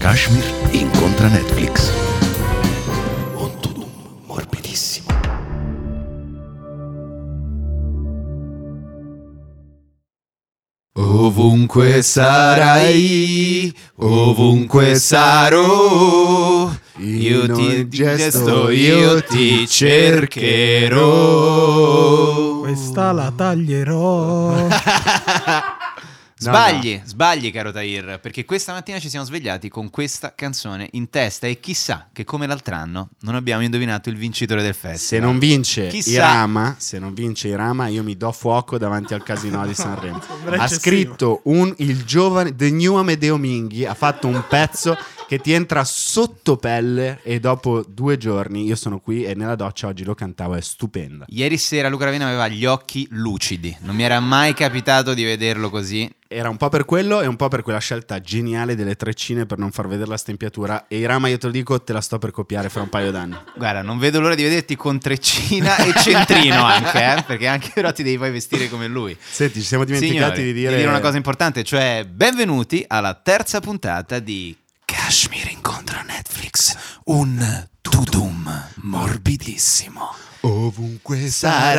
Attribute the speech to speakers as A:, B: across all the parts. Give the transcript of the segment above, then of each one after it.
A: Kashmir incontra Netflix.
B: Ontudum morbidissimo.
C: Ovunque sarai, ovunque sarò, io ti gesto, io ti cercherò.
D: Questa la taglierò.
C: Sbagli, sbagli caro Tahir, perché questa mattina ci siamo svegliati con questa canzone in testa e chissà che come l'altro anno non abbiamo indovinato il vincitore del festival.
E: Eh, Se non vince
C: Chissà.
E: Irama, se non vince Irama, io mi do fuoco davanti al casino di Sanremo.
D: Sembra
E: ha
D: eccessivo.
E: scritto un, il giovane The New Amedeo Minghi, ha fatto un pezzo che ti entra sotto pelle e dopo due giorni io sono qui e nella doccia oggi lo cantavo, è stupenda.
C: Ieri sera Luca Ravina aveva gli occhi lucidi, non mi era mai capitato di vederlo così.
E: Era un po' per quello e un po' per quella scelta geniale delle treccine per non far vedere la stempiatura e Irama io te lo dico, te la sto per copiare fra un paio d'anni.
C: Guarda, non vedo l'ora di vederti con treccina e centrino anche, eh, perché anche però ti devi poi vestire come lui.
E: Senti, ci siamo dimenticati
C: Signori,
E: di dire...
C: una cosa importante, cioè benvenuti alla terza puntata di Kashmir incontra Netflix, un tudum morbidissimo.
E: Ovunque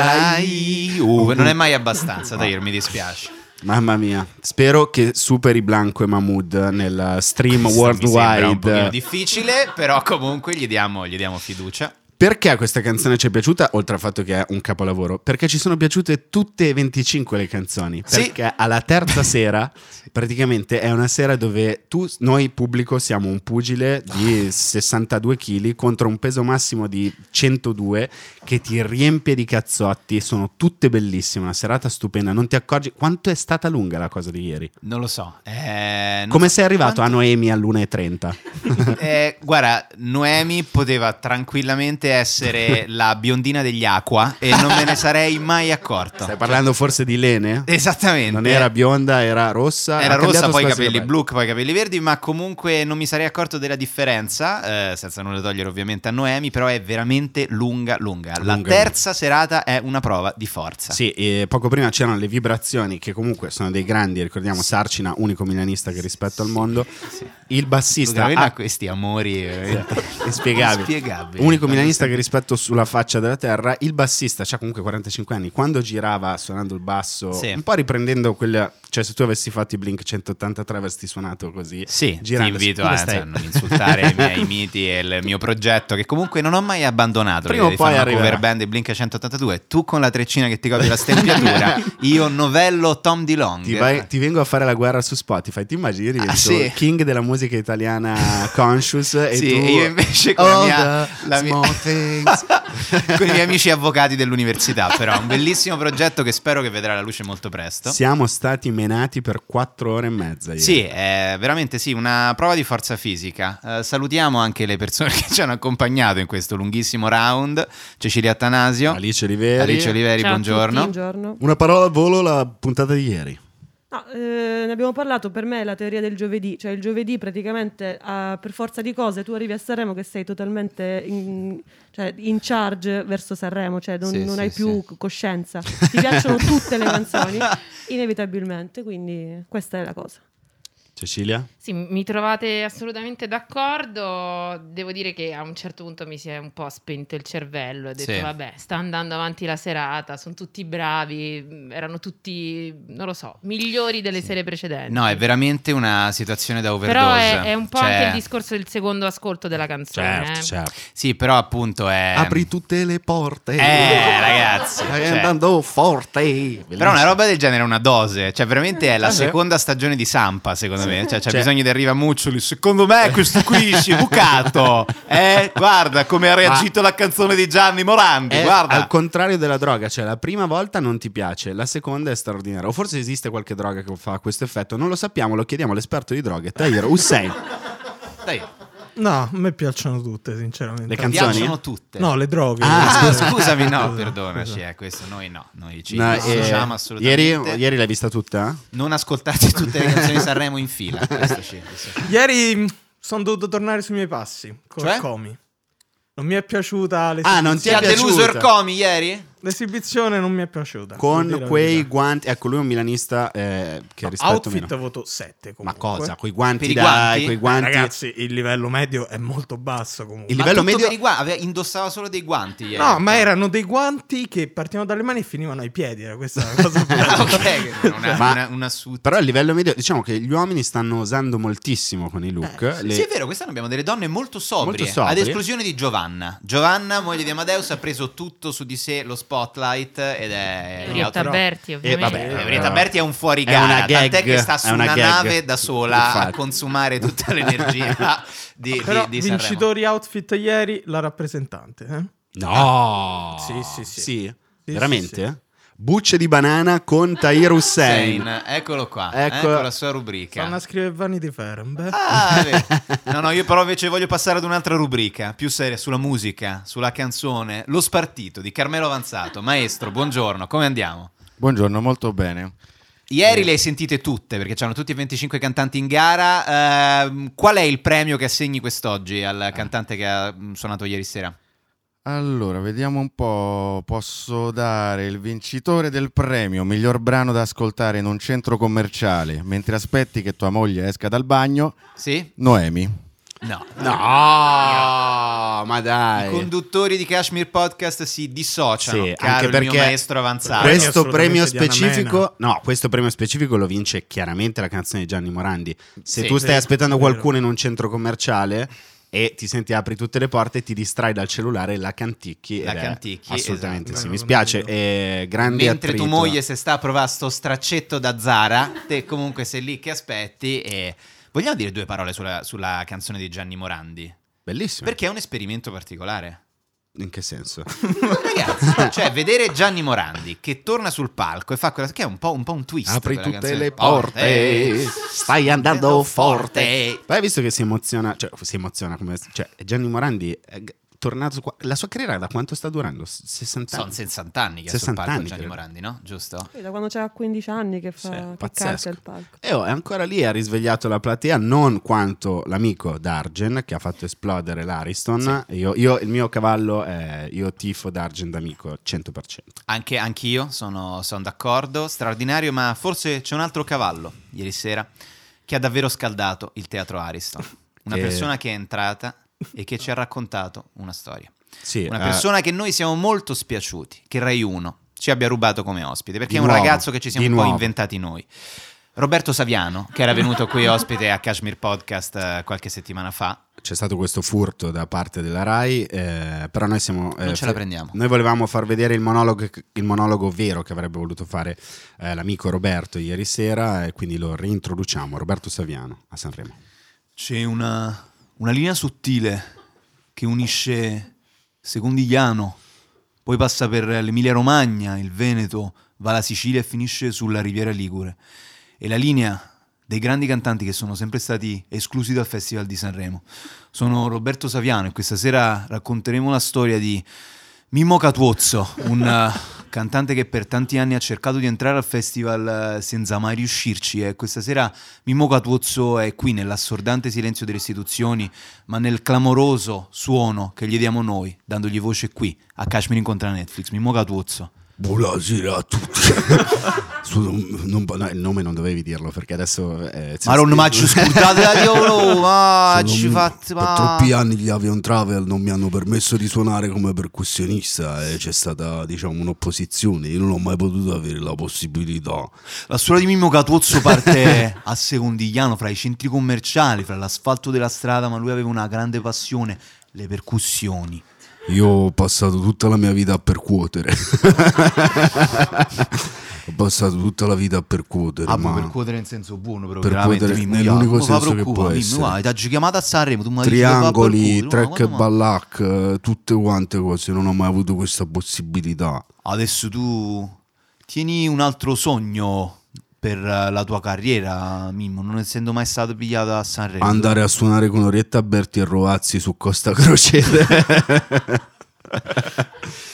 C: Sarai Uh, non è mai abbastanza, dai, mi dispiace.
E: Mamma mia, spero che superi Blanco e Mahmood nel stream
C: Questo mi sembra un pochino
E: worldwide.
C: difficile, però comunque gli diamo, gli diamo fiducia.
E: Perché questa canzone ci è piaciuta, oltre al fatto che è un capolavoro? Perché ci sono piaciute tutte e 25 le canzoni.
C: Sì.
E: Perché alla terza sera, praticamente è una sera dove tu, noi pubblico, siamo un pugile di 62 kg contro un peso massimo di 102 che ti riempie di cazzotti. Sono tutte bellissime, una serata stupenda. Non ti accorgi quanto è stata lunga la cosa di ieri.
C: Non lo so. eh, non
E: Come
C: so
E: sei arrivato
C: quanto-
E: a Noemi all'1.30?
C: Eh, guarda, Noemi poteva tranquillamente essere la biondina degli acqua e non me ne sarei mai accorto.
E: Stai parlando forse di Lene?
C: Esattamente.
E: Non era bionda, era rossa.
C: Eh, Era
E: Ha
C: rossa,
E: cambiato
C: poi i
E: spesso
C: capelli blu, poi i capelli verdi, ma comunque non mi sarei accorto della differenza, eh, senza nulla togliere ovviamente a Noemi, però è veramente lunga, lunga. La
E: Lunga.
C: terza serata è una prova di forza.
E: Sì, e poco prima c'erano le vibrazioni che comunque sono dei grandi, ricordiamo Sarcina, unico milanista che rispetto al mondo. Il bassista
C: Luca Ravenna ha
E: ha-
C: questi amori eh, veramente
E: inspiegabile.
C: inspiegabili.
E: Unico milanista che rispetto sulla faccia della terra, il bassista c'ha comunque 45 anni. Quando girava suonando il basso,
C: Sì.
E: un po' riprendendo quella, cioè se tu avessi fatto i Blink 183 avresti suonato così.
C: Sì,
E: girando,
C: ti invito
E: come
C: a
E: stai?
C: a non insultare i miei miti e il mio progetto che comunque non ho mai abbandonato.
E: Prima o
C: perché devi
E: poi
C: fare una cover
E: arriverà.
C: band di Blink 182, tu con la treccina che ti copri la stempiatura, io novello Tom DeLonge.
E: Ti, vai- ti vengo a fare la guerra su Spotify. Ti immagini? divento
C: Ah, sì.
E: King della musica italiana conscious. E
C: Sì,
E: tu...
C: e io invece con la
E: All
C: mia-
E: the
C: la mia-
E: small things.
C: con i miei amici avvocati dell'università, però un bellissimo progetto che spero che vedrà la luce molto presto.
E: Siamo stati menati per quattro ore e mezza. ieri.
C: Sì, è veramente sì, una prova di forza fisica. Eh, salutiamo anche le persone che ci hanno accompagnato in questo lunghissimo round. Cecilia Attanasio,
E: Alice Oliveri.
C: Alice Oliveri,
F: Ciao a
C: buongiorno.
F: tutti, buongiorno.
E: Una parola al volo la puntata di ieri.
F: No, eh, ne abbiamo parlato per me è la teoria del giovedì, cioè il giovedì praticamente ah, per forza di cose tu arrivi a Sanremo che sei totalmente in, cioè, in charge verso Sanremo, cioè non,
C: Sì,
F: non
C: sì,
F: hai
C: sì.
F: più coscienza, ti piacciono tutte le canzoni, inevitabilmente, quindi questa è la cosa.
E: Cecilia?
G: Sì, mi trovate assolutamente d'accordo. Devo dire che a un certo punto mi si è un po' spento il cervello. Ho detto,
C: Sì.
G: vabbè, sta andando avanti la serata, sono tutti bravi, mm, erano tutti, non lo so, migliori delle sere precedenti.
C: No, è veramente una situazione da overdose.
G: Però è, è un po'
C: Cioè,
G: anche il discorso del secondo ascolto della canzone. eh.
E: certo.
C: Sì, però appunto è...
E: Apri tutte le porte.
C: Eh, ragazzi.
E: Ehm. Stai
C: cioè,
E: andando forte.
C: Però
E: Bellissimo.
C: una roba del genere è una dose, cioè veramente è la
E: Ah, sì?
C: seconda stagione di Sampa, secondo me, cioè c'è
E: Cioè-
C: bisogno di arriva Muccioli, secondo me questo qui si è bucato, eh? Guarda come ha reagito la canzone di Gianni Morandi,
E: È
C: guarda.
E: Eh, Al contrario della droga, cioè la prima volta non ti piace, la seconda è straordinaria. O forse esiste qualche droga che fa questo effetto, non lo sappiamo, lo chiediamo all'esperto di droghe, Tahir Hussein.
C: Dai,
D: No, a me piacciono tutte, sinceramente.
E: Le canzoni?
C: piacciono tutte.
D: No, le droghe. esatto.
C: Ah,
D: Eh,
C: scusami, no,
D: scusa.
C: perdonaci, eh, questo noi no, noi ci
E: No, eh,
C: dissociamo assolutamente.
E: ieri, ieri l'hai vista tutta?
C: Non ascoltate tutte le canzoni di Sanremo in fila, questo ci- questo ci-
D: Ieri mh, sono dovuto tornare sui miei passi con
C: Cioè?
D: Comi. Non mi è piaciuta le
E: Ah, non ti
C: Ti
E: è
C: ha deluso
E: piaciuta?
C: Ercomi ieri?
D: L'esibizione non mi è piaciuta. devo
E: Con
D: dire la
E: quei
D: verità.
E: guanti, ecco lui è un milanista eh, che
D: No,
E: rispetto
D: outfit
E: meno.
D: voto 7
E: Ma
D: comunque. Eh,
E: cosa? Coi
C: Per
E: guanti
C: i
E: da,
C: guanti?
E: coi guanti.
D: Ragazzi, il livello medio è molto basso comunque.
E: Il livello
C: tutto
E: medio-
C: per i guanti, aveva- indossava solo dei guanti. ieri.
D: No, ma erano dei guanti che partivano dalle mani e finivano ai piedi. Era questa la cosa.
C: Ah, ok, una,
E: Ma-
C: una, una suit.
E: Però a livello medio, diciamo che gli uomini stanno usando moltissimo con i look. le-
C: Eh, Sì, è vero, quest'anno abbiamo delle donne molto sobrie,
E: Molto sobrie.
C: ad esclusione di Giovanna. Giovanna, moglie di Amadeus, ha preso tutto su di sé lo spotlight ed è
G: Orietta
C: Però-
G: Berti,
E: Eh,
G: ovviamente.
E: vabbè,
C: Eh,
E: eh,
C: Orietta Berti è un
E: è
C: fuorigara,
E: una gag,
C: tant'è che sta
E: è
C: su una,
E: una gag.
C: nave da sola a
E: Infatti.
C: consumare tutta l'energia di, di-
D: Però
C: di Sanremo.
D: vincitori outfit ieri, la rappresentante. eh?
E: No!
D: Sì, sì, sì. sì,
E: Veramente?
D: sì.
E: Bucce di banana con Tahir
C: Eh,
E: Hussein.
C: Hussein, eccolo qua,
E: Ecco-
C: ecco la sua rubrica.
D: Stanno a scrivere Vanity Fair. beh.
C: Ah, beh. no, no, io però invece voglio passare ad un'altra rubrica, più seria, sulla musica, sulla canzone, Lo Spartito di Carmelo Avanzato. Maestro, buongiorno, come andiamo?
H: Buongiorno, molto bene.
C: Ieri le hai sentite tutte, perché c'erano tutti e 25 cantanti in gara. Ehm, qual è il premio che assegni quest'oggi al cantante che ha mm, suonato ieri sera?
H: Allora, vediamo un po'. Posso dare il vincitore del premio miglior brano da ascoltare in un centro commerciale mentre aspetti che tua moglie esca dal bagno,
C: Sì?
H: Noemi.
C: No.
E: No! Ma
C: I
E: dai!
C: conduttori di Kashmir Podcast si dissociano,
E: Sì,
C: caro
E: anche
C: il mio
E: perché
C: maestro avanzato.
D: Questo
E: Questo
D: assolutamente
E: premio
D: di Anna
E: specifico, no, questo premio specifico lo vince chiaramente la canzone di Gianni Morandi. Se
C: Sì,
E: tu stai
D: vero,
E: aspettando
D: vero.
E: qualcuno in un centro commerciale e ti senti apri tutte le porte, ti distrai dal cellulare e la canticchi.
C: La
E: ed è-
C: canticchi,
E: assolutamente
D: esatto.
E: sì.
D: Beh,
E: Mi
D: non
E: spiace.
D: lo vedo.
E: E grande
C: Mentre
E: attrito.
C: tu moglie se sta a provare sto straccetto da Zara, te comunque sei lì che aspetti e... Vogliamo dire due parole sulla, sulla canzone di Gianni Morandi?
E: Bellissimo.
C: Perché è un esperimento particolare.
E: In che senso?
C: Ragazzi, cioè vedere Gianni Morandi che torna sul palco e fa quella... che è un po' un, po' un twist.
E: Apri
C: quella
E: tutte
C: canzone. Oh, eh.
E: le porte, stai andando forte. Poi hai visto che si emoziona, cioè si emoziona come cioè Gianni Morandi è g- tornato qua- la sua carriera da quanto sta durando? S- 60
C: Sono
E: anni.
C: 60 anni che è sul
E: 60
C: palco
E: anni,
C: Gianni
E: credo.
C: Morandi, no? Giusto?
F: Sì, Da quando c'era 15 anni che fa
E: Sì,
F: che
E: pazzesco.
F: cacca il palco.
E: E oh, è ancora lì, ha risvegliato la platea, non quanto l'amico Dargen che ha fatto esplodere l'Ariston. Io, io- il mio cavallo, è, io tifo Dargen d'amico 100%.
C: Anche, anch'io sono, sono d'accordo, straordinario, ma forse c'è un altro cavallo ieri sera che ha davvero scaldato il teatro Ariston. Una
E: Eh.
C: persona che è entrata e che ci ha raccontato una storia.
E: Sì,
C: Una
E: eh,
C: persona che noi siamo molto spiaciuti, che Rai 1 ci abbia rubato come ospite, perché
E: Di
C: è un
E: nuovo,
C: ragazzo che ci siamo
E: di
C: un po'
E: nuovo.
C: inventati noi. Roberto Saviano, che era venuto qui ospite a Kashmir Podcast eh, qualche settimana fa,
E: c'è stato questo furto da parte della Rai, eh, però noi siamo...
C: Non
E: eh,
C: ce la
E: fe-
C: prendiamo.
E: Noi volevamo far vedere il monologo, il monologo vero che avrebbe voluto fare eh, l'amico Roberto ieri sera e quindi lo reintroduciamo, Roberto Saviano a Sanremo.
B: C'è una, una linea sottile che unisce Secondigliano, poi passa per l'Emilia Romagna, il Veneto, va alla Sicilia e finisce sulla Riviera Ligure. E la linea dei grandi cantanti che sono sempre stati esclusi dal Festival di Sanremo. Sono Roberto Saviano e questa sera racconteremo la storia di Mimmo Catuozzo, un eh, cantante che per tanti anni ha cercato di entrare al festival eh, senza mai riuscirci e questa sera Mimmo Catuozzo è qui nell'assordante silenzio delle istituzioni, ma nel clamoroso suono che gli diamo noi, dandogli voce qui a Cashmere incontra Netflix. Mimmo Catuozzo.
E: Buonasera a tutti. il nome non dovevi dirlo perché adesso... Eh,
C: Ma non ma ci scusate da Dio, ma ci fate
I: Per
C: ma...
I: troppi anni gli Avion Travel non mi hanno permesso di suonare come percussionista e c'è stata diciamo un'opposizione, io non ho mai potuto avere la possibilità.
B: La storia di Mimmo Catuozzo parte a Secondigliano, fra i centri commerciali, fra l'asfalto della strada, ma lui aveva una grande passione, le percussioni.
I: Io ho passato tutta la mia vita a percuotere. ho passato tutta la vita a percuotere,
B: Ah, ma
I: ma
B: percuotere in senso buono, però
I: Percuotere
B: veramente, Mimmo,
I: nell'unico
B: guarda,
I: senso che
B: ma fa
I: può
B: preoccupa, Mimmo,
I: essere.
B: guarda, ti ha chiamato a Sanremo, tu mi hai detto che fa
I: triangoli,
B: percuotere,
I: track
B: guarda,
I: e
B: ma-
I: ballac, eh, tutte quante cose, non ho mai avuto questa possibilità.
B: Adesso tu tieni un altro sogno per eh, la tua carriera, Mimmo, non essendo mai stato pigliato a Sanremo.
I: Andare a suonare con Orietta Berti e Rovazzi su Costa Crociere.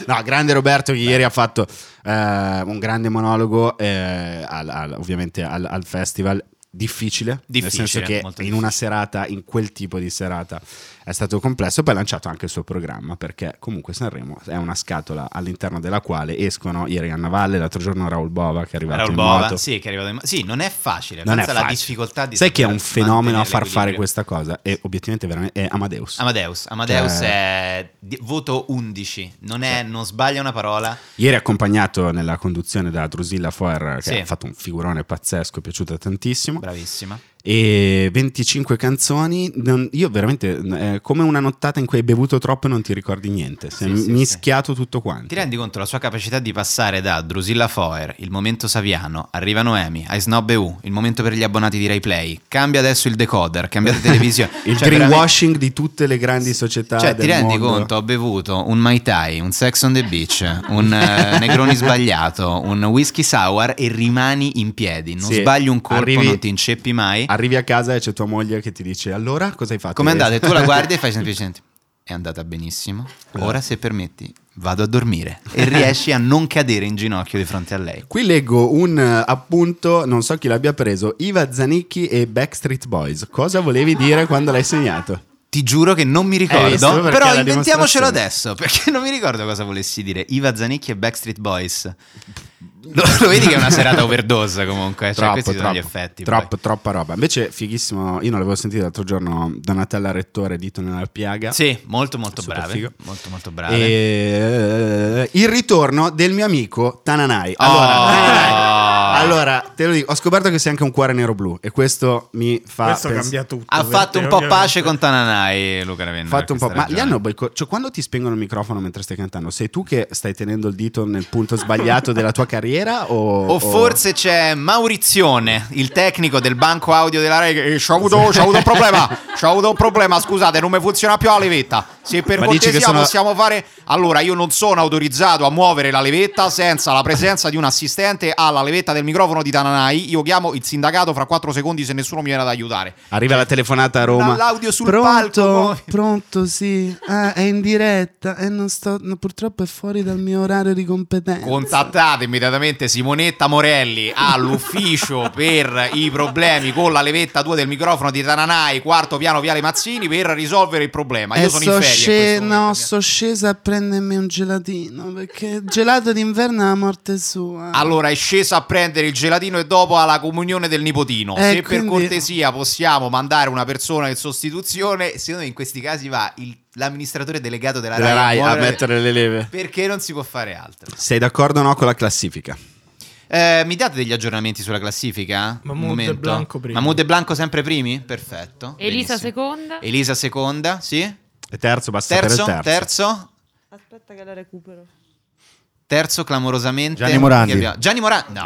E: No, grande Roberto che ieri ha fatto eh, un grande monologo, eh, al- al- ovviamente al, al festival. Difficile,
C: Difficile,
E: nel senso che
C: molto
E: in una serata, in quel tipo di serata, è stato complesso. Poi ha lanciato anche il suo programma, perché comunque Sanremo è una scatola all'interno della quale escono ieri Anna Valle, l'altro giorno Raul Bova che è arrivato
C: Raul
E: in
C: Bova,
E: moto.
C: sì, che è arrivato in moto. Sì, non è facile.
E: Non è
C: pensa alla
E: facile.
C: Cioè, difficoltà di
E: Sai che è un
C: mantenere
E: fenomeno a far fare
C: l'equilibrio.
E: questa cosa? E obiettivamente veramente è Amadeus.
C: Amadeus, Amadeus
E: Cioè-
C: è di- voto 11, non, è, non sbaglia una parola.
E: Ieri accompagnato nella conduzione da Drusilla Foer, che
C: Sì.
E: ha fatto un figurone pazzesco, è piaciuta tantissimo.
C: Bravissima.
E: E 25 canzoni. non- io veramente, è come una nottata in cui hai bevuto troppo e non ti ricordi niente. Si è
C: Sì, sì,
E: mischiato tutto quanto.
C: Ti rendi conto la sua capacità di passare da Drusilla Foer, il momento Saviano, arriva Noemi, ai Snob EU, il momento per gli abbonati di Rai Play, cambia adesso il decoder, cambiate televisione.
E: Il
C: Cioè,
E: greenwashing di tutte le grandi società.
C: veramente- Cioè,
E: del
C: ti rendi
E: mondo.
C: conto, ho bevuto un Mai Tai, un Sex on the Beach, un eh, Negroni sbagliato, un Whisky Sour e rimani in piedi. Non
E: Sì,
C: sbagli un colpo,
E: arrivi-
C: non ti inceppi mai.
E: Arrivi a casa e c'è tua moglie che ti dice: Allora, cosa hai fatto?
C: Come è
E: ieri?"
C: andata? Tu la guardi e fai semplicemente. È andata benissimo. Ora, se permetti, vado a dormire. E riesci a non cadere in ginocchio di fronte a lei.
E: Qui leggo un eh, appunto, non so chi l'abbia preso, Iva Zanicchi e Backstreet Boys. Cosa volevi dire quando l'hai segnato?
C: Ti giuro che non mi ricordo,
E: Eh, visto? Perché
C: però
E: la
C: inventiamocelo
E: dimostrazione.
C: adesso, perché non mi ricordo cosa volessi dire. Iva Zanicchi e Backstreet Boys. Lo, lo vedi che è una serata overdose comunque, cioè questi sono gli effetti. poi.
E: troppo, troppa roba. Invece, fighissimo, io non l'avevo sentito l'altro giorno, Donatella Rettore, dito nella piaga.
C: Sì, molto molto
E: Super
C: brave,
E: figo.
C: molto molto
E: E,
C: brave.
E: eh, il ritorno del mio amico Tananai.
C: Oh.
E: Allora, Tananai, allora, te lo dico, ho scoperto che sei anche un cuore nero blu e questo mi fa
D: Questo
E: pens-
D: cambia tutto.
C: ha fatto
D: perché
C: un po'
D: ovviamente-
C: pace con Tananai Luca Ravenna.
E: fatto un
C: per
E: po'.
C: questa
E: Ma li
C: ragione.
E: hanno boicottato. Cioè, quando ti spengono il microfono mentre stai cantando, sei tu che stai tenendo il dito nel punto sbagliato della tua carriera? O,
C: O forse c'è Maurizione, il tecnico del banco audio della Rai. che, "Eh, C'ho avuto, c'ho avuto un problema. C'ho avuto un problema. Scusate, non mi funziona più la levetta. Se per
E: Ma dici
C: cortesia
E: che sono-
C: possiamo fare. Allora, io non sono autorizzato a muovere la levetta senza la presenza di un assistente alla levetta del microfono di Tananai. Io chiamo il sindacato fra 4 secondi se nessuno mi viene ad aiutare.
E: Arriva la telefonata a Roma.
C: L'audio sul
E: pronto,
C: palco.
E: Pronto, sì. Ah, è in diretta e non sto. no, purtroppo è fuori dal mio orario di competenza.
C: Contattate immediatamente Simonetta Morelli all'ufficio per i problemi con la levetta 2 del microfono di Tananai, quarto piano Viale Mazzini, per risolvere il problema. Io
E: E
C: sono
E: Eh, so
C: in ferie.
E: sce-
C: in questo
E: no,
C: momento.
E: so scesa a prendermi un gelatino perché il gelato d'inverno è la morte sua.
C: Allora è scesa a prendere il gelatino e dopo alla comunione del nipotino.
E: Eh,
C: Se per
E: quindi-
C: cortesia possiamo mandare una persona in sostituzione, secondo me in questi casi va il- l'amministratore delegato della,
E: Della
C: Rai,
E: Rai a
C: muovere-
E: mettere le leve.
C: Perché non si può fare altro.
E: Sei d'accordo o no con la classifica?
C: Eh, mi date degli aggiornamenti sulla classifica?
D: Mahmood e
C: Un momento.
D: Blanco primi.
C: Mahmood e Blanco sempre primi? Perfetto.
G: Elisa
C: Benissimo.
G: seconda.
C: Elisa seconda, sì.
E: E terzo, basta
C: Terzo,
E: sapere il
C: terzo, terzo,
F: Aspetta che la recupero.
C: clamorosamente.
H: Gianni Morandi.
C: Chi abbiamo? Gianni Morandi. No.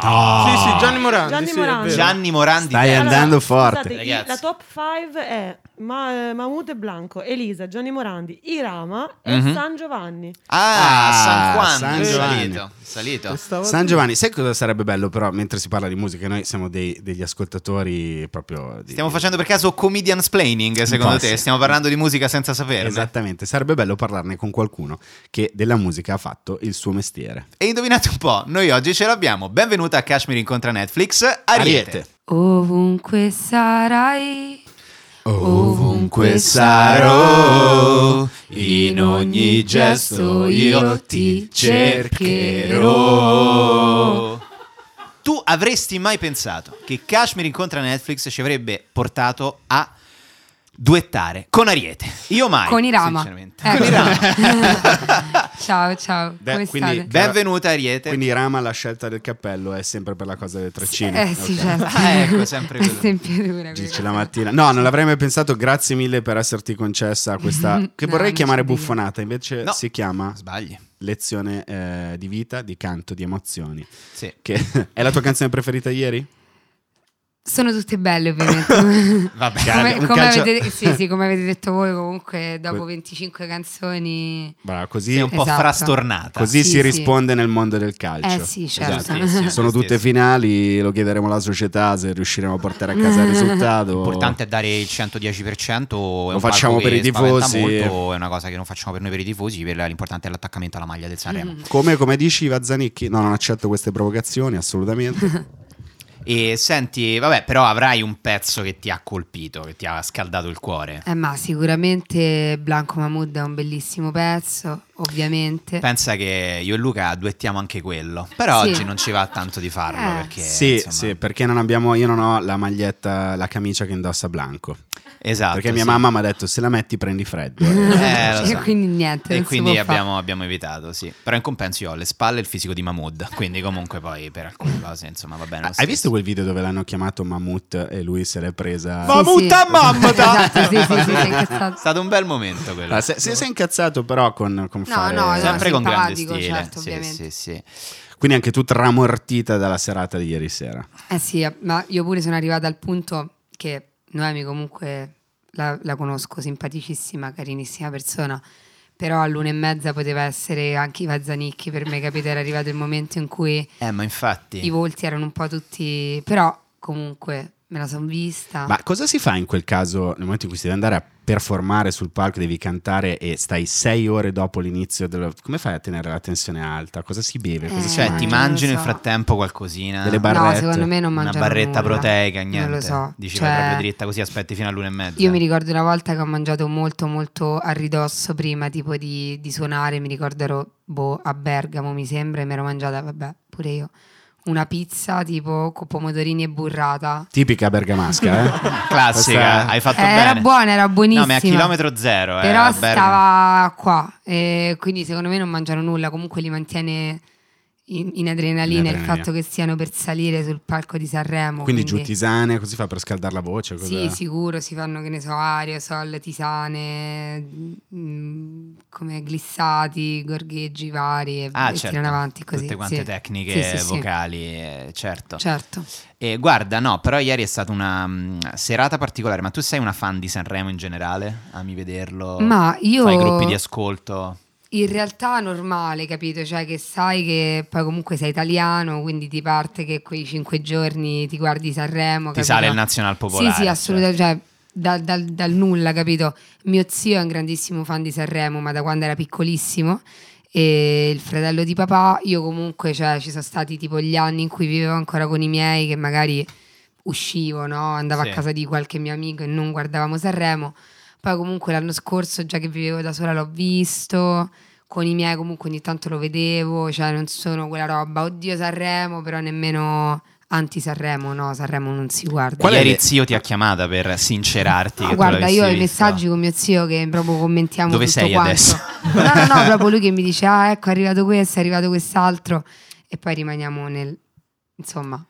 D: Sì, sì, Gianni Morandi.
F: Gianni
D: sì,
F: Morandi.
D: è vero.
C: Gianni Morandi.
E: Stai
C: terzo.
E: andando forte.
F: scusate, i-
C: Ragazzi.
F: la top 5 è Ma- eh, Mahmood e Blanco, Elisa, Gianni Morandi, Irama e
C: Mhm.
F: San Giovanni.
C: Ah, San Juan.
E: San Giovanni.
C: Salito. salito.
D: Stavo-
E: San Giovanni, sai cosa sarebbe bello però mentre si parla di musica? Noi siamo dei- degli ascoltatori proprio... Di,
C: Stiamo facendo per caso comedian splaining, secondo
E: po'
C: te?
E: sì. Esatto.
C: Stiamo parlando di musica senza saperne.
E: Esattamente, sarebbe bello parlarne con qualcuno che della musica ha fatto il suo mestiere.
C: E indovinate un po', noi oggi ce l'abbiamo. Benvenuta a Kashmir incontra Netflix. Ariete.
J: Ovunque sarai,
E: Ovunque
J: sarò, in ogni gesto io ti cercherò.
C: Tu avresti mai pensato che Kashmir incontra Netflix ci avrebbe portato a duettare con Ariete? Io mai.
J: Con Irama.
C: sinceramente.
J: Ecco.
C: Con Irama.
J: ciao ciao,
E: Beh,
J: come
E: quindi-
J: state?
C: Benvenuta Ariete.
E: Quindi Rama la scelta del cappello è sempre per la cosa del treccino.
J: Eh sì,
E: Ok.
J: certo.
C: Ah, ecco, sempre
J: È
C: quello.
J: sempre dura quella
E: Dici
J: cosa.
E: la mattina. No, non l'avrei mai pensato. Grazie mille per esserti concessa questa che
J: No,
E: vorrei
J: non
E: chiamare
J: c'è di-
E: buffonata, invece
C: No.
E: si chiama
C: Sbagli.
E: Lezione eh, di vita, di canto, di emozioni.
C: Sì.
E: Che è la tua canzone preferita ieri?
J: Sono tutte belle ovviamente.
C: Vabbè.
J: come,
E: un
J: come
E: calcio-
J: avete, sì, sì, come avete detto voi comunque dopo
E: Que-
J: 25 canzoni...
E: Brava,
C: Sei
E: così,
C: un po'
J: Esatto.
C: frastornata.
E: così
J: Sì,
E: si
J: sì.
E: risponde nel mondo del calcio.
J: Eh sì, certo.
C: Esatto.
E: Sono tutte finali, lo chiederemo alla società se riusciremo a portare a casa il risultato.
C: L'importante è dare il 110%, è un
E: facciamo
C: palco
E: per
C: che
E: i
C: spaventa
E: tifosi.
C: molto, è una cosa che non facciamo per noi per i tifosi, per- l'importante è l'attaccamento alla
J: Mm.
C: maglia del Sanremo.
E: Come, come dici Vazzanicchi, no, non accetto queste provocazioni assolutamente.
C: E senti, vabbè, però avrai un pezzo che ti ha colpito, che ti ha scaldato il cuore.
J: Eh, ma sicuramente Blanco Mahmood è un bellissimo pezzo, ovviamente.
C: Pensa che io e Luca duettiamo anche quello. Però
J: Sì.
C: oggi non ci va tanto di farlo
J: Eh.
C: perché.
E: Sì,
C: insomma,
E: sì, perché non abbiamo, io non ho la maglietta, la camicia che indossa Blanco.
C: Esatto.
E: perché mia
C: sì.
E: mamma mi ha detto se la metti prendi freddo.
C: Eh, lo
J: E
C: so.
J: quindi niente,
C: E
J: non si
C: quindi
J: può
C: abbiamo, abbiamo evitato, sì. Però in compenso io ho alle spalle il fisico di Mahmood. Quindi comunque poi per alcune cose, insomma, va bene. lo
E: Hai
C: stesso.
E: visto quel video dove l'hanno chiamato Mammut e lui se l'è presa?
J: Sì, Mammut sì. a
C: mammata!
J: Esatto, sì, sì, sì, sei incazzato.
C: È stato un bel momento quello.
E: Ah, se, se sei incazzato però con, con
J: No,
E: fare-
J: no, esatto. no,
C: Sempre con grande
J: simpatico,
C: stile.
J: certo,
C: sì, sì,
J: ovviamente.
C: sì.
E: Quindi anche tu tramortita dalla serata di ieri sera.
J: Eh sì, ma io pure sono arrivata al punto che Noemi comunque la, la conosco, simpaticissima, carinissima persona, però all'una e mezza poteva essere anche i Vazzanicchi per me, capite? Era arrivato il momento in cui
C: Eh, ma infatti.
J: i volti erano un po' tutti... però comunque me la sono vista.
E: Ma cosa si fa in quel caso nel momento in cui si deve andare a performare sul palco, devi cantare e stai sei ore dopo l'inizio del... Come fai a tenere la tensione alta? Cosa si beve? Cosa
J: Eh,
E: si
C: Cioè,
E: mangia?
C: ti
J: non
C: mangi
J: lo
C: nel
J: so.
C: frattempo qualcosina?
E: Delle barrette.
J: no, secondo me non
C: Una
J: mangiavo
C: barretta
J: nulla.
C: proteica, niente.
J: Non lo so.
C: Dici
J: cioè,
C: vai proprio dritta così aspetti fino all'una e mezza.
J: Io mi ricordo una volta che ho mangiato molto molto a ridosso prima tipo di, di suonare, mi ricordo ero boh, a Bergamo mi sembra e mi ero mangiata, vabbè pure io, una pizza tipo con pomodorini e burrata.
E: Tipica bergamasca, eh?
C: Classica,
E: Questa-
C: hai fatto
J: Eh,
C: bene.
J: era buona, era buonissima.
C: No, ma è a chilometro zero. eh,
J: Però
C: a Bergamo.
J: stava qua, e quindi secondo me non mangiano nulla, comunque li mantiene in, in adrenalina il
E: adrenalina.
J: fatto che stiano per salire sul palco di Sanremo.
E: Quindi giù tisane, così fa per scaldare la voce.
J: Sì,
E: cos'è?
J: sicuro, si fanno, che ne so, aerosol, tisane, mm, come glissati, gorgheggi vari e,
C: Ah,
J: e
C: certo.
J: tirano avanti così.
C: Tutte quante
J: sì.
C: tecniche
J: Sì, sì, sì.
C: vocali, eh, certo.
J: Certo.
C: E guarda, no, però ieri è stata una mh, serata particolare, ma tu sei una fan di Sanremo in generale? Ami vederlo?
J: Ma io-
C: Oh, Fai gruppi di ascolto?
J: In realtà normale, capito? Cioè che sai che poi comunque sei italiano, quindi ti parte che quei cinque giorni ti guardi Sanremo.
C: Ti
J: capito?
C: sale il Nazional Popolare?
J: Sì, sì, assolutamente. Cioè, dal, dal- dal nulla, capito? Mio zio è un grandissimo fan di Sanremo, ma da quando era piccolissimo. E il fratello di papà, io comunque, cioè, ci sono stati tipo gli anni in cui vivevo ancora con i miei, che magari uscivo, no? Andavo
C: Sì.
J: a casa di qualche mio amico e non guardavamo Sanremo. Poi comunque l'anno scorso, già che vivevo da sola, l'ho visto. Con i miei comunque ogni tanto lo vedevo, cioè non sono quella roba, oddio Sanremo, però nemmeno anti Sanremo, no, Sanremo non si guarda.
C: Qual
E: Qual è
C: ieri
E: le-
C: zio ti ha chiamata per sincerarti.
J: No,
C: che tu
J: Ah, guarda,
C: l'avessi
J: io ho i
C: visto.
J: messaggi con mio zio che proprio commentiamo
C: Dove
J: tutto
C: sei
J: quanto.
C: adesso?
J: No, no, no, proprio lui che mi dice "Ah, ecco, è arrivato questo, è arrivato quest'altro" e poi rimaniamo nel insomma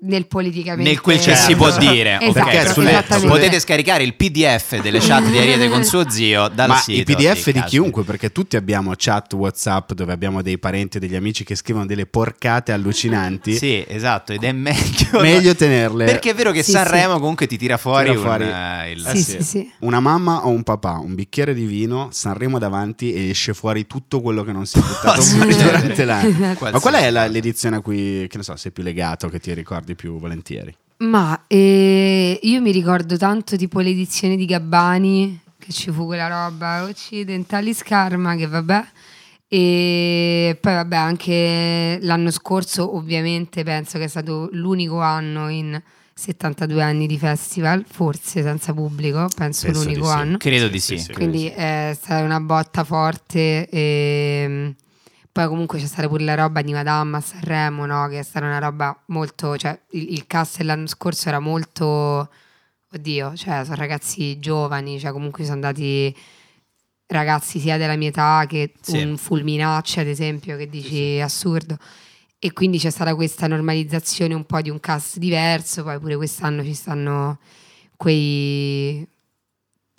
J: nel politicamente certo.
C: Nel quel che si può dire, ok?
J: Esatto,
E: Perché sulle-
J: esattamente.
C: potete scaricare il PDF delle chat di Ariete con suo zio dal
E: Ma
C: sito.
E: i PDF di
C: Casper.
E: chiunque, perché tutti abbiamo chat WhatsApp dove abbiamo dei parenti e degli amici che scrivono delle porcate allucinanti.
C: Sì, esatto, ed è meglio,
E: Meglio tenerle.
C: Perché è vero che
J: Sì,
C: Sanremo comunque ti tira fuori,
E: Tira
C: un,
E: fuori.
C: eh, il-
E: Eh
J: sì,
E: sì.
J: sì, sì.
E: Una mamma o un papà, un bicchiere di vino, Sanremo davanti e esce fuori tutto quello che non si è buttato
C: Posso
E: fuori
C: credere.
E: durante l'anno. Ma
C: Qualsiasi
E: qual è la-
C: cosa.
E: l'edizione a cui, che ne so, sei più legato, che ti ricordi più volentieri?
J: Ma eh, io mi ricordo tanto tipo l'edizione di Gabbani, che ci fu quella roba occidentali scarma, che vabbè. E poi vabbè anche l'anno scorso ovviamente penso che è stato l'unico anno in 72 anni di festival, forse senza pubblico, penso,
E: Penso di
J: l'unico
E: sì.
J: anno.
C: Credo di sì.
J: Quindi è stata una botta forte. E... mm, Poi comunque c'è stata pure la roba di Madame a Sanremo, no? che è stata una roba molto... Cioè, il, il cast dell'anno scorso era molto... Oddio, cioè, sono ragazzi giovani, cioè comunque sono andati ragazzi sia della mia età che
C: Sì.
J: un fulminacci, ad esempio, che dici assurdo. E quindi c'è stata questa normalizzazione un po' di un cast diverso, poi pure quest'anno ci stanno quei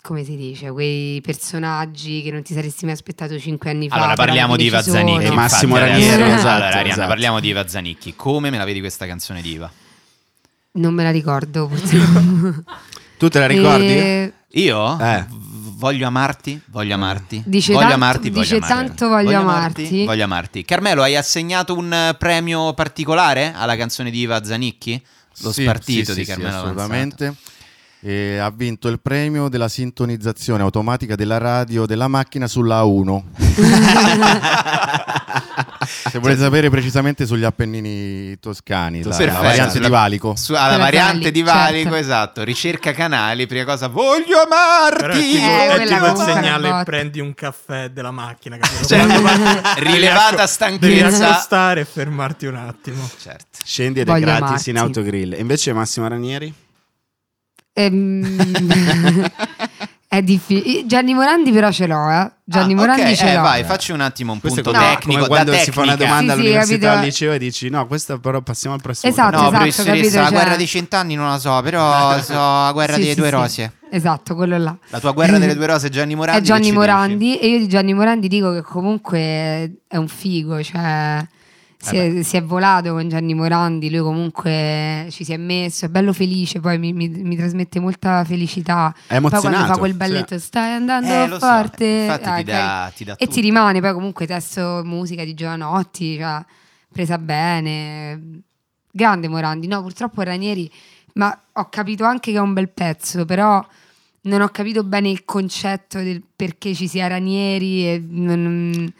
J: come si dice, quei personaggi che non ti saresti mai aspettato cinque anni fa.
C: Allora
J: però alla
C: parliamo
J: fine
C: di
J: ci sono.
C: Vazzanicchi.
E: E Massimo
C: infatti,
E: Ranieri,
C: adesso-
E: esatto,
C: Allora, Arianna,
E: esatto.
C: parliamo di Vazzanicchi. Come me la vedi questa canzone di Iva?
J: Non me la ricordo purtroppo.
E: Tu te la ricordi?
J: E
C: Io?
E: Eh.
C: V- Voglio amarti, voglio amarti.
J: Dice
C: voglio
J: tanto-
C: amarti, voglio
J: dice
C: amarti.
J: tanto voglio amarti.
C: Voglio amarti. Carmelo, hai assegnato un eh, premio particolare alla canzone di Iva Zanicchi? Lo
H: Sì,
C: spartito
H: sì,
C: di
H: sì, sì,
C: Carmelo Avanzato.
H: assolutamente. E ha vinto il premio della sintonizzazione automatica della radio della macchina sulla A1. Se volete sapere precisamente sugli Appennini toscani, la, la
C: Perfetto.
H: variante
C: Sulla-
H: di Valico.
C: su- alla
J: Sulla
C: variante
J: Vali,
C: di Valico,
J: certo.
C: esatto. Ricerca canali, prima cosa, voglio amarti.
D: Però è tipo,
J: Eh,
D: è
J: quella
D: tipo il
J: cosa è una
D: segnale
J: botta.
D: prendi un caffè della macchina, capito?
C: Cioè,
D: Quando vai- Ecco,
C: rilevata
D: devi acco- Devi
C: stanchezza.
D: accostare e fermarti un attimo.
C: Certo.
E: Scendi ed è
J: Voglio
E: gratis
J: amarti.
E: in autogrill. E invece Massimo Ranieri?
J: Ehm, è difficile. Gianni Morandi però ce l'ho, eh. Gianni
C: Ah,
J: Morandi
C: ok,
J: ce
C: eh,
J: l'ho.
C: vai, facci un attimo un
E: Questo
C: punto
E: è come,
C: tecnico.
E: come quando
C: da
E: si fa una
C: tecnica.
E: domanda
J: Sì, sì,
E: all'università
J: capito.
E: al liceo e dici no, questa però passiamo al prossimo.
J: Esatto,
E: No,
C: No,
J: esatto, capito,
C: professoressa, la
J: cioè-
C: guerra dei cent'anni non la so, però so la guerra
J: Sì,
C: delle
J: sì,
C: due
J: sì.
C: rose.
J: Esatto, quello là.
C: La tua guerra delle due rose è Gianni Morandi.
J: Mm.
C: che
J: è eh, Gianni
C: ci
J: Morandi e io di Gianni Morandi dico che comunque è un figo, cioè si,
C: Eh
J: è, si è volato con Gianni Morandi, lui comunque ci si è messo, è bello felice, poi mi, mi- mi trasmette molta felicità.
E: È
J: Poi quando fa
E: emozionato.
J: quel balletto stai andando
C: dice. Eh, lo so,
J: forte
C: infatti
J: Ah,
C: ti
J: ok.
C: dà, ti dà
J: e
C: tutto.
J: ti rimane poi comunque testo musica di Giovanotti, cioè, presa bene, grande Morandi, no purtroppo Ranieri, ma ho capito anche che è un bel pezzo, però non ho capito bene il concetto del perché ci sia Ranieri e non-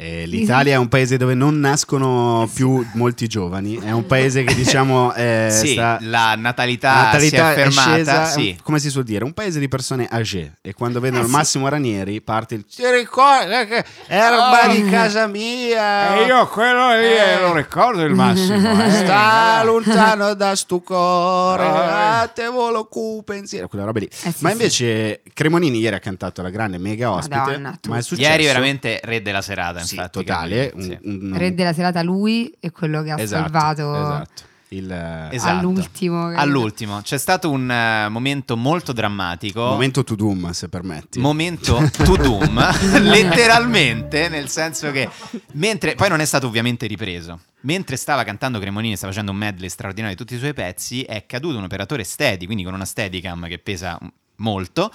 E: Eh, L'Italia è un paese dove non nascono più molti giovani, è un paese che diciamo eh,
C: Sì,
E: sta-
C: la natalità, si è fermata.
E: scesa, è un-
C: sì.
E: come si suol dire, un paese di persone age e quando vedono
J: Eh, sì.
E: Massimo Ranieri parte il ti ricorda che erba
J: Oh.
E: di casa mia
H: quello
E: lì, eh, lo
H: ricordo il
J: massimo, eh.
E: sta lontano da stu cuore
H: Eh.
E: a te volo cu pensiero quella roba lì
J: sì,
E: ma
J: sì.
E: invece Cremonini ieri ha cantato la grande mega ospite
J: Madonna, tu.
E: ma è successo
C: Ieri veramente re della serata,
E: sì,
C: infatti.
E: totale
C: Sì.
E: un- un-
J: Re della serata lui e quello che ha
E: esatto,
J: salvato
E: esatto. il
C: Esatto.
J: all'ultimo.
C: All'ultimo c'è stato un eh, momento molto drammatico.
E: momento to doom se permetti
C: Momento to doom, letteralmente, nel senso che mentre poi non è stato ovviamente ripreso. Mentre stava cantando Cremonini, stava facendo un medley straordinario di tutti i suoi pezzi, è caduto un operatore steady, quindi con una steadicam che pesa molto,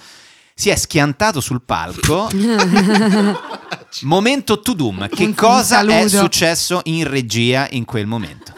C: si è schiantato sul palco. momento to doom, che
J: Un
C: cosa è
J: saluto.
C: successo in regia in quel momento?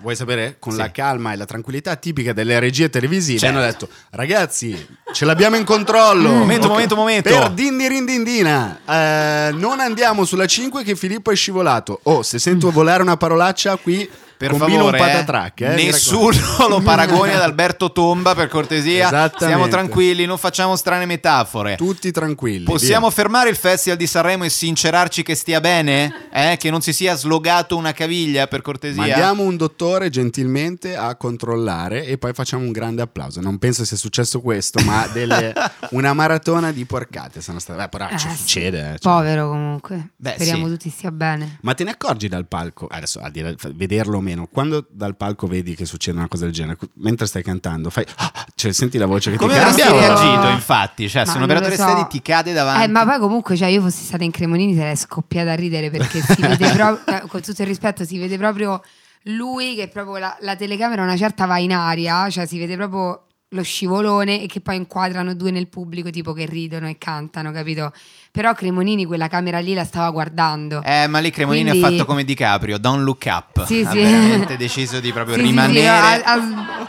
E: Vuoi sapere? Con
C: Sì.
E: la calma e la tranquillità tipica delle regie televisive
C: Certo. Mm.
E: hanno detto "Ragazzi, ce l'abbiamo in controllo".
C: Momento,
E: Ok.
C: momento, momento.
E: Per dindirindindina. eh, non andiamo sulla 5 che Filippo è scivolato. Oh, se sento volare una parolaccia qui
C: Mm. Per
E: combino
C: favore,
E: un
C: eh,
E: patatrack, eh, mi
C: nessuno lo paragoni ad Alberto Tomba, per cortesia.
E: Esattamente.
C: Siamo tranquilli, non facciamo strane metafore.
E: raccomando. tutti tranquilli.
C: Possiamo
E: via.
C: fermare il festival di Sanremo e sincerarci che stia bene? Eh? Che non si sia slogato una caviglia, per cortesia?
E: Mandiamo un dottore gentilmente a controllare e poi facciamo un grande applauso. Non penso sia successo questo, ma delle- una maratona di porcate sono state. Beh, però
J: Eh,
E: ci
J: sì.
E: succede. eh, cioè.
J: Povero comunque.
C: Beh,
J: Speriamo
C: sì.
J: tutti stia bene.
E: Ma te ne accorgi dal palco, adesso a dire, vederlo o meno, quando dal palco vedi che succede una cosa del genere, cu- mentre stai cantando, fai, ah, cioè, senti la voce che
C: Come
E: ti
C: avresti
E: cambia.
J: Cambiamo.
C: reagito, infatti? Cioè,
J: Ma
C: se un
J: non
C: operatore
J: lo so.
C: steady ti cade davanti...
J: Eh, ma poi comunque, cioè, io fossi stata in Cremonini sarei scoppiata a ridere perché si vede proprio, eh, con tutto il rispetto, si vede proprio lui che proprio la, la telecamera una certa va in aria, cioè si vede proprio lo scivolone e che poi inquadrano due nel pubblico tipo che ridono e cantano, capito? Però Cremonini quella camera lì la stava guardando.
C: Eh, ma lì Cremonini ha
J: Quindi-
C: fatto come DiCaprio, Don't Look Up.
J: Sì,
C: ha
J: sì.
C: veramente deciso di proprio
J: Sì, sì, sì,
C: rimanere...
J: a- a-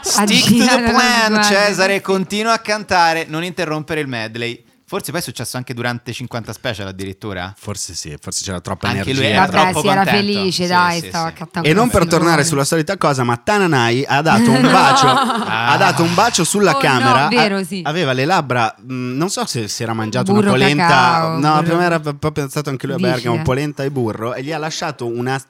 J: a
C: Stick to
J: girare
C: the
J: lo
C: plan,
J: sguardo.
C: Cesare, continua a cantare, non interrompere il medley. Forse poi è successo anche durante 50 Special addirittura.
E: Forse sì, forse c'era troppa
C: Anche lui
E: energia.
C: era
J: Vabbè,
C: troppo
J: si era
C: contento.
J: felice,
C: Sì,
J: dai,
C: sì,
J: stava
C: sì.
J: accattando
E: E non per
J: un
E: tornare
J: sillone.
E: sulla solita cosa, ma Tananai ha dato un bacio, ha dato un bacio sulla
J: Oh,
E: camera.
J: no, vero,
E: a-
J: sì.
E: Aveva le labbra, mh, non so se si era mangiato una
J: Burro
E: polenta.
J: cacao,
E: no,
J: burro-
E: per me era proprio stato anche lui a
J: Dici,
E: Bergamo,
J: eh?
E: polenta e burro, e gli ha lasciato una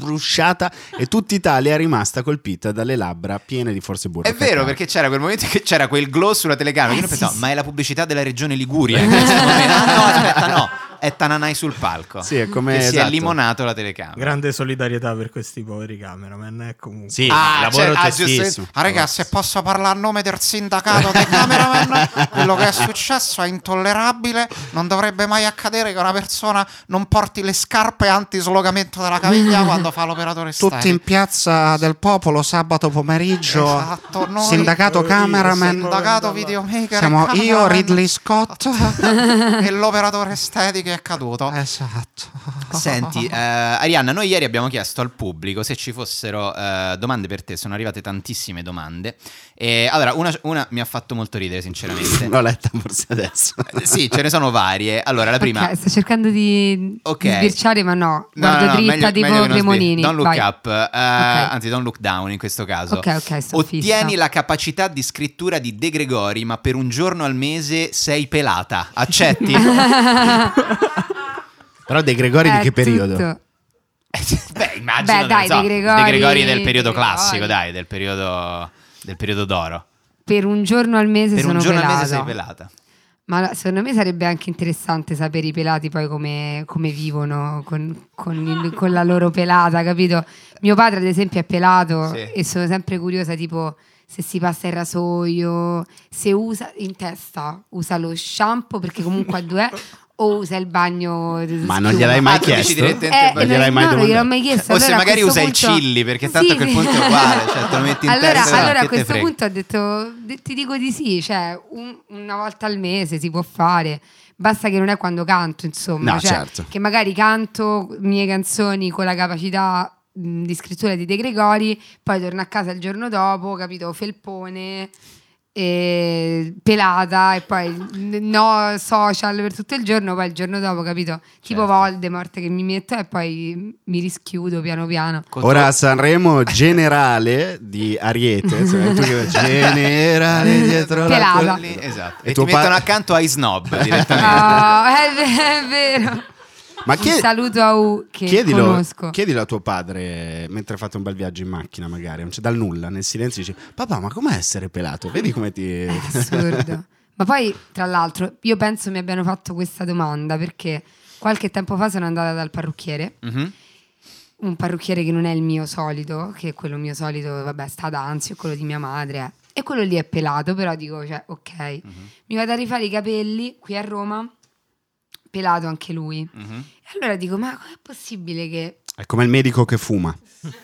E: rusciata e tutta Italia è rimasta colpita dalle labbra piene di forse burro.
C: È vero,
E: cacao.
C: perché c'era quel momento che c'era quel glow sulla telecamera.
J: Eh,
C: Io non
J: sì,
C: pensavo,
J: sì. Eh,
C: ma è la pubblicità della regione Liguria. in questo momento." no, aspetta, no, è Tananai sul palco.
E: Sì, è come-
C: Che si è
E: esatto.
C: limonato la telecamera.
D: Grande solidarietà per questi poveri cameraman. eh, comunque.
E: Sì,
C: Ah,
E: lavoro
C: cioè, ah,
E: tostissimo.
C: giustamente. Ah, ragazzi, se posso parlare a nome del sindacato dei cameraman, quello che è successo è intollerabile. Non dovrebbe mai accadere che una persona non porti le scarpe anti-slogamento della caviglia quando fa l'operatore
K: Tutti in piazza del popolo sabato pomeriggio.
C: Esatto, noi-
K: sindacato
D: Io,
K: cameraman.
D: sindacato,
C: videomaker.
K: Siamo io, Ridley Scott.
C: e l'operatore estetico
K: è accaduto. Esatto.
C: Senti, eh, Arianna, noi ieri abbiamo chiesto al pubblico se ci fossero eh, domande per te, sono arrivate tantissime domande. E, allora, una, una mi ha fatto molto ridere, sinceramente.
E: L'ho letta forse adesso.
C: Eh, sì, ce ne sono varie. Allora, la prima...
J: Ok, sto cercando di,
C: Ok.
J: di sbirciare, ma no.
C: No,
J: Guardo
C: no, no,
J: dritta,
C: meglio-
J: tipo
C: meglio che non sbir-
J: Cremonini.
C: Don't look
J: Vai.
C: up, eh, anzi, don't look down in questo caso.
J: Ok, ok, sto
C: Ottieni
J: fissa.
C: la capacità di scrittura di De Gregori, ma per un giorno al mese sei pelata. Accetti?
E: Però De Gregori di
J: È
E: che periodo?
J: Eh, tutto.
C: Beh, immagino
J: Beh, dai,
C: non so,
J: De Gregori-
C: De Gregori del periodo
J: De Gregori.
C: classico, dai, del periodo, del periodo d'oro.
J: Per un giorno al mese
C: per
J: sono
C: un giorno
J: pelata.
C: al mese sei pelata.
J: Ma la- secondo me sarebbe anche interessante sapere i pelati poi come, come vivono con, con il- con la loro pelata, capito? Mio padre, ad esempio, è pelato
F: Sì.
J: e sono sempre curiosa, tipo se si passa il rasoio, se usa in testa, usa lo shampoo perché comunque a due è, o usa il bagno.
E: Ma non gliel'hai mai Ah, tu dici chiesto? direttamente al
J: Eh,
E: bagno.
J: non
E: Gliel'hai mai
J: no, non gliel'ho
E: domandato?
J: mai chiesto.
C: O
J: Allora,
C: se
J: a
C: magari
J: questo
C: usa il
J: punto-
C: chilli, perché tanto a quel punto è uguale, cioè te lo metti in
J: allora,
C: testa,
J: Allora
C: che
J: a
C: te
J: questo
C: frega.
J: punto ho detto, de- ti dico di sì, cioè un- una volta al mese si può fare. Basta che non è quando canto, insomma,
E: No,
J: cioè,
E: certo.
J: che magari canto mie canzoni con la capacità mh, di scrittura di De Gregori, poi torno a casa il giorno dopo, capito, felpone, e pelata e poi n- no social per tutto il giorno, poi il giorno dopo, capito, tipo Voldemort che mi metto e poi mi rischiudo piano piano.
E: Ora a Sanremo generale di Ariete, cioè, tu che- generale dietro
J: Pelata.
E: la
C: Lì, Esatto.
E: E
C: E,
E: tuo
C: ti mettono
E: pa-
C: accanto ai snob direttamente.
J: Oh, è, ve- è vero.
E: Ma chi-
J: Un saluto a U che
E: Chiedilo,
J: conosco.
E: chiedilo a tuo padre mentre fate un bel viaggio in macchina, magari, non c'è dal nulla, nel silenzio dici: Papà, ma com'è essere pelato? Vedi come ti.
J: assurdo. Ma poi, tra l'altro, io penso mi abbiano fatto questa domanda perché qualche tempo fa sono andata dal parrucchiere.
C: Mhm.
J: Un parrucchiere che non è il mio solito, che quello mio solito, vabbè, sta ad Anzio, quello di mia madre. eh. E quello lì è pelato, però dico, cioè, ok.
E: Mhm.
J: Mi vado a rifare i capelli qui a Roma, pelato anche lui.
C: mhm.
J: E allora dico, ma com'è possibile che...
E: È come il medico che fuma.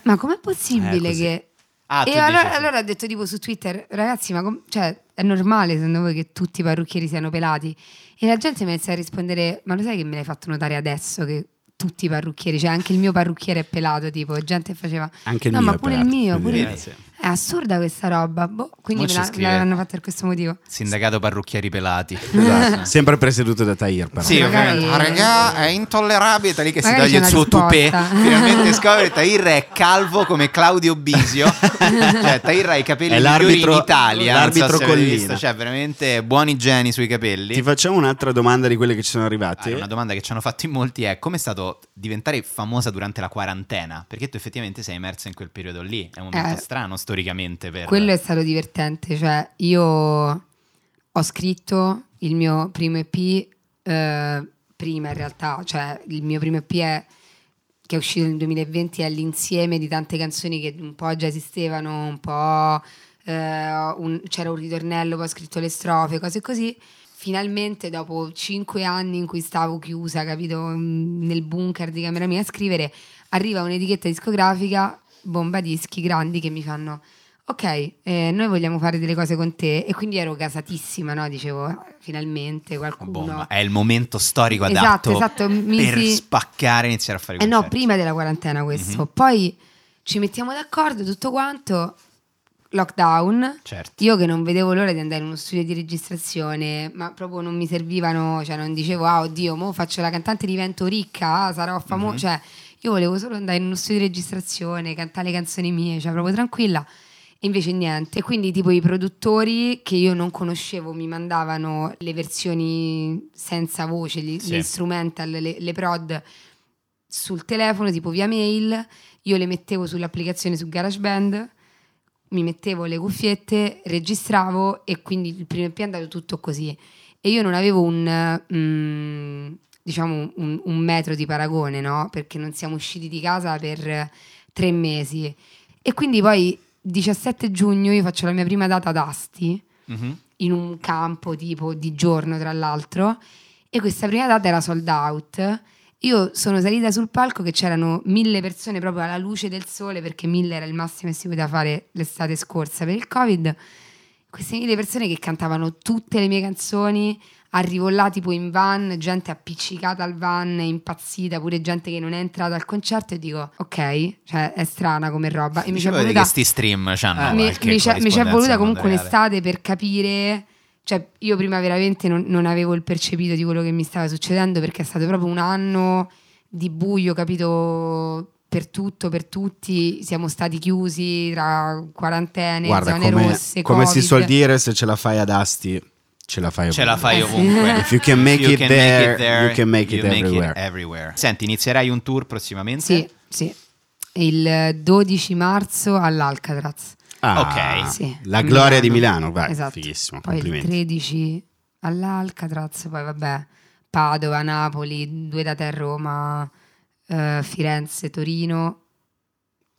J: Ma com'è possibile
E: Eh, così.
J: che...
E: Ah, tu
J: e
E: dici
J: allora,
E: sì.
J: allora ho detto tipo su Twitter, ragazzi, ma com- cioè, è normale secondo voi che tutti i parrucchieri siano pelati? E la gente mi inizia a rispondere, ma lo sai che me l'hai fatto notare adesso che tutti i parrucchieri, cioè anche il mio parrucchiere è pelato, tipo, e gente faceva...
E: Anche il
J: no,
E: mio
J: ma
E: è
J: pure
E: pelato,
J: il mio,
E: quindi-
J: pure...
E: Eh, sì.
J: È assurda questa roba, boh,
C: Mo
J: quindi me
C: ci
J: la- me
C: scrive-
J: l'hanno fatta per questo motivo.
C: Sindacato parrucchieri pelati.
E: Esatto. Sempre presieduto da Tahir, però.
C: Sì, ovviamente.
K: Ah, regà, è intollerabile.
C: Lì che si
K: Magari
C: toglie il
K: c'è
C: suo
K: una
C: tupè.
K: risposta.
C: Finalmente scopre che Tahir è calvo come Claudio Bisio. cioè, Tahir ha i
E: È
C: capelli migliori in
E: l'arbitro-
C: Italia.
E: l'arbitro
C: non so se avete
E: collina.
C: visto, Cioè, veramente buoni geni sui capelli.
E: Ti facciamo un'altra domanda di quelle che ci sono arrivate.
C: Allora, Ah, una domanda che ci hanno fatto in molti è come è stato diventare famosa durante la quarantena? Perché tu effettivamente sei immersa in quel periodo lì. È un momento
J: Eh,
C: strano storicamente per...
J: Quello è stato divertente, cioè io ho scritto il mio primo EP eh, prima in realtà, cioè il mio primo EP è- che è uscito nel 2020 è l'insieme di tante canzoni che un po' già esistevano, un po' eh, un- c'era un ritornello, poi ho scritto le strofe, cose così. Finalmente dopo cinque anni in cui stavo chiusa, capito, mm, nel bunker di camera mia a scrivere, arriva un'etichetta discografica, bomba dischi grandi che mi fanno ok, eh, noi vogliamo fare delle cose con te. E quindi ero gasatissima, no? Dicevo, "Ah, finalmente qualcuno...
C: Bomba. eh, È il momento storico adatto
J: Esatto, esatto, mi
C: per
J: si-
C: spaccare e iniziare a fare
J: Eh
C: concerti.
J: no, prima della quarantena questo. Poi ci mettiamo d'accordo, tutto quanto, lockdown.
C: Certo.
J: Io che non vedevo l'ora di andare in uno studio di registrazione, ma proprio non mi servivano, cioè non dicevo, ah oddio, mo faccio la cantante, divento ricca, ah, sarò famosa.
F: Mhm.
J: Cioè, io volevo solo andare in uno studio di registrazione, cantare le canzoni mie, cioè proprio tranquilla. E Invece niente, quindi tipo i produttori che io non conoscevo mi mandavano le versioni senza voce, gli,
F: Sì.
J: gli instrumental, le, le prod sul telefono, tipo via mail, io le mettevo sull'applicazione su GarageBand, mi mettevo le cuffiette, registravo e quindi il primo EP è andato tutto così. E io non avevo un, mm, diciamo, un, un metro di paragone, no? Perché non siamo usciti di casa per tre mesi. E quindi poi 17 giugno io faccio la mia prima data ad Asti,
C: Mhm.
J: in un campo tipo di giorno tra l'altro, e questa prima data era sold out. Io sono salita sul palco che c'erano mille persone proprio alla luce del sole perché mille era il massimo che si poteva fare l'estate scorsa per il covid. queste mille persone che cantavano tutte le mie canzoni, arrivo là tipo in van, gente appiccicata al van, impazzita, pure gente che non è entrata al concerto e dico ok, cioè è strana come roba. E mi ci è
C: Sapete
J: voluta, Eh,
C: che sti stream c'hanno
E: Ah,
J: mi,
C: qualche
J: mi c'è, mi c'è
C: corrispondenza
J: voluta
C: al
J: comunque
C: mondo reale?
J: un'estate per capire, cioè io prima veramente non, non avevo il percepito di quello che mi stava succedendo perché è stato proprio un anno di buio, capito? Per tutto, per tutti, siamo stati chiusi tra quarantene,
E: Guarda,
J: zone
E: come,
J: rosse.
E: come si
J: Covid.
E: suol dire, se ce la fai ad Asti, ce la fai
C: Ce la fai
J: Eh.
E: ovunque.
C: ovunque.
E: If you can make,
C: You
E: it,
C: can make
E: there,
C: it there,
E: you can make
C: you
E: it
C: make it
E: everywhere.
C: everywhere. Senti, inizierai un tour prossimamente?
J: Sì, sì. Il 12 marzo all'Alcatraz.
E: Ah,
C: Ok.
J: Sì,
E: La
J: a
E: gloria di Milano, vai,
J: Esatto.
E: fighissimo,
J: Poi il
E: complimenti.
J: 13 all'Alcatraz, poi vabbè, Padova, Napoli, due da te Roma, eh, Firenze, Torino.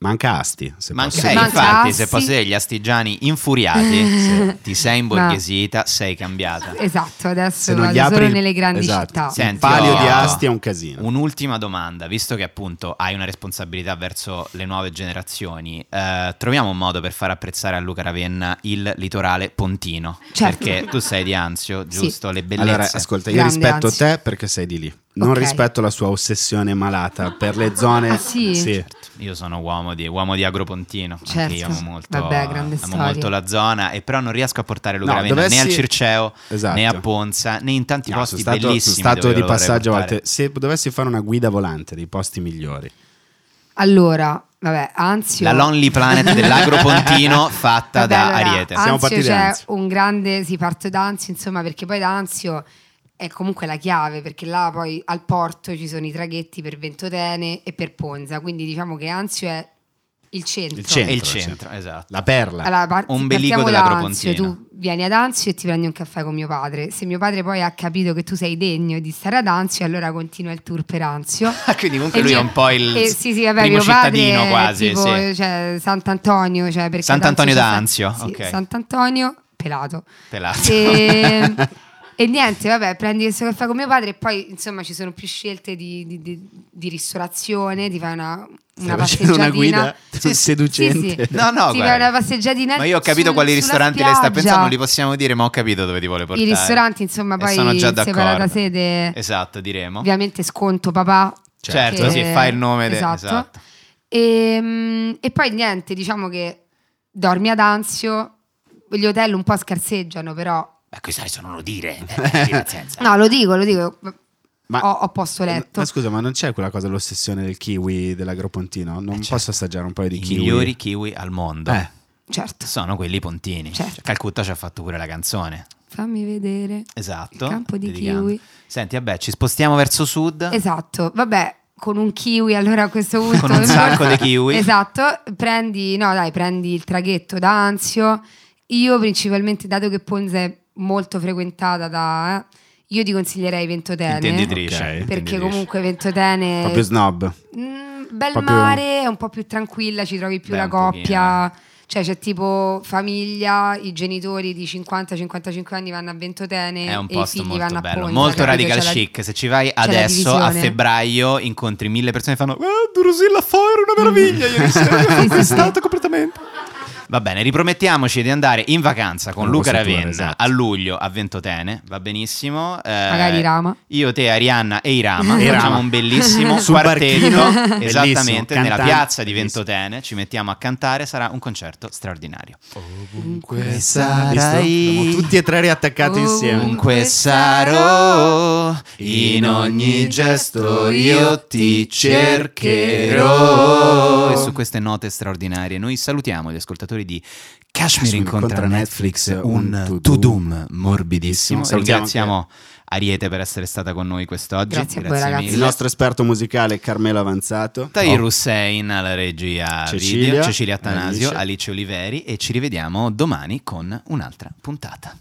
E: Manca Asti, se
C: Ma anche
E: posso
C: eh,
E: dire.
C: infatti, se
J: Mangiassi.
C: posso dire, gli astigiani infuriati,
J: Sì.
C: ti sei imborghesita, sei cambiata.
J: Esatto, adesso
E: Se non gli
J: vado
E: apri
J: solo
E: il-
J: nelle grandi
E: esatto.
J: città.
E: Senti, palio di
C: oh,
E: Asti è un casino.
C: Un'ultima domanda, visto che appunto hai una responsabilità verso le nuove generazioni, eh, troviamo un modo per far apprezzare a Luca Ravenna il litorale pontino.
J: Certo.
C: Perché tu sei di Anzio,
J: Sì.
C: giusto? Le bellezze.
E: Allora, ascolta, io
J: Grande,
E: rispetto
J: anzi.
E: te perché sei di lì. Non
J: Ok.
E: rispetto la sua ossessione malata per le zone.
J: Ah, sì?
C: Io sono uomo di, uomo di agropontino,
J: Certo.
C: anche io amo molto,
J: Vabbè, grande
C: amo
J: storia.
C: molto la zona, e però non riesco a portare Luca
E: No,
C: Ravenna
E: dovessi-
C: né al Circeo,
E: Esatto.
C: né a Ponza, né in tanti
E: No,
C: posti
E: sono stato, sono
C: bellissimi.
E: stato
C: dove
E: di
C: lo vorrei
E: passaggio a
C: portare.
E: volte. Se dovessi fare una guida volante dei posti migliori,
J: Allora, vabbè, Anzio...
C: La Lonely Planet dell'agropontino fatta
J: Vabbè,
C: da
J: allora, ah.
C: Ariete.
E: Siamo
J: Anzio
E: partiti da
J: c'è
E: Anzio.
J: un grande, si parte da Anzio, insomma, perché poi da Anzio è comunque la chiave, perché là poi al porto ci sono i traghetti per Ventotene e per Ponza, quindi diciamo che Anzio è il centro.
E: il centro,
C: È il
E: cioè.
C: centro, esatto.
E: la perla.
J: Allora, par-
C: Un
J: partiamo
C: bellico
J: da
C: dell'agropontino.
J: Anzio, tu vieni ad Anzio e ti prendi un caffè con mio padre. Se mio padre poi ha capito che tu sei degno di stare ad Anzio, allora continua il tour per Anzio.
C: Quindi comunque
J: E
C: lui è
J: mio-
C: un po' il
J: Eh, sì, sì, vabbè,
C: primo
J: mio padre
C: cittadino
J: è
C: quasi.
J: tipo,
C: sì.
J: cioè, Sant'Antonio, cioè, perché
C: Sant'Antonio
J: ad
C: da
J: c'è-
C: Anzio,
J: sì,
C: ok.
J: Sant'Antonio pelato.
E: Esatto.
C: Pelato.
J: E, e niente, vabbè, prendi questo caffè con mio padre e poi insomma ci sono più scelte di, di- di- di ristorazione, ti fai una, una
E: Stai facendo
J: passeggiatina.
E: una guida
C: sì,
E: seducente.
J: sì, sì.
C: No, no,
J: Ti
C: guarda.
J: fai una passeggiatina.
C: Ma io ho capito
J: sul-
C: quali
J: sulla
C: ristoranti lei sta
J: spiaggia.
C: pensando, non li possiamo dire, ma ho capito dove ti vuole portare.
J: I ristoranti, insomma,
C: E
J: poi
C: sono già d'accordo.
J: separata sede,
C: Esatto, diremo.
J: ovviamente sconto papà.
C: Certo,
J: che-
C: sì, fa il nome de-
J: esatto.
C: esatto.
J: Ehm, E, poi niente, diciamo che dormi ad Anzio, gli hotel un po' scarseggiano, però
C: Ma questi sono non lo dire. eh, dire senza.
J: No, lo dico, lo dico.
E: Ma-
J: ho, ho posto letto.
E: Ma scusa, ma non c'è quella cosa, l'ossessione del kiwi dell'agropontino? Non posso assaggiare un paio
C: Eh,
E: di
C: certo. I
E: kiwi?
C: migliori kiwi al mondo
E: Eh.
J: certo.
C: sono quelli pontini.
J: Certo.
C: Calcutta ci ha fatto pure la canzone.
J: Fammi vedere.
C: Esatto.
J: Il campo di
C: dedicando.
J: kiwi.
C: Senti, vabbè, ci spostiamo verso sud.
J: Esatto. Vabbè, con un kiwi allora a questo punto.
C: Ah. Con un sacco di kiwi.
J: Esatto. Prendi, no dai, prendi il traghetto da Anzio. Io principalmente, dato che Ponza è molto frequentata da... eh, io ti consiglierei Ventotene.
C: Intenditrice.
E: Ok.
C: intenditrice.
J: Perché comunque Ventotene...
E: Proprio snob.
J: Mm, bel
E: Proprio-
J: mare, è un po' più tranquilla, ci trovi più
C: Beh,
J: la
C: un pochino,
J: coppia. Cioè, c'è tipo famiglia, i genitori di 50-55 anni vanno a Ventotene
C: È un
J: e i
C: posto
J: figli
C: molto
J: vanno a
C: bello,
J: Ponza.
C: molto
J: capito?
C: radical
J: C'è la-
C: chic. Se ci vai
J: la
C: adesso a
J: divisione.
C: febbraio incontri mille persone e fanno "Ah,
J: Eh,
C: Drusilla Fo era una meraviglia ieri sera, mi ha
J: Sì, sì,
C: conquistato completamente". Va bene, ripromettiamoci di andare in vacanza con
E: Con
C: Luca
E: questo tour,
C: Ravenna
E: esatto.
C: a luugio a Ventotene, va benissimo. Eh,
J: Magari Rama.
C: Io, te, Arianna e Irama
E: E Irama.
C: facciamo un bellissimo
E: Sul
C: quartetto,
E: barchino. Bellissimo,
C: esattamente, nella
E: cantante.
C: piazza di
E: Bellissimo.
C: Ventotene, ci mettiamo a cantare, sarà un concerto straordinario.
E: Visto? Siamo tutti e tre riattaccati
J: Oh.
E: insieme.
C: Comunque sarò, in ogni gesto io ti cercherò. E su queste note straordinarie noi salutiamo gli ascoltatori di Cashmere
E: Cashmere
C: incontra
E: incontra
C: Netflix,
E: Netflix, un
C: un
E: to-doom
C: to-doom morbidissimo.
E: Salutiamo
C: Ringraziamo Ariete per essere stata con noi quest'oggi.
J: Grazie a voi, ragazzi.
E: Il nostro esperto musicale Carmelo Avanzato.
C: Tahir Hussein alla regia
E: Cecilia,
C: video, Cecilia Attanasio,
E: Alice.
C: Alice Oliveri e ci rivediamo domani con un'altra puntata.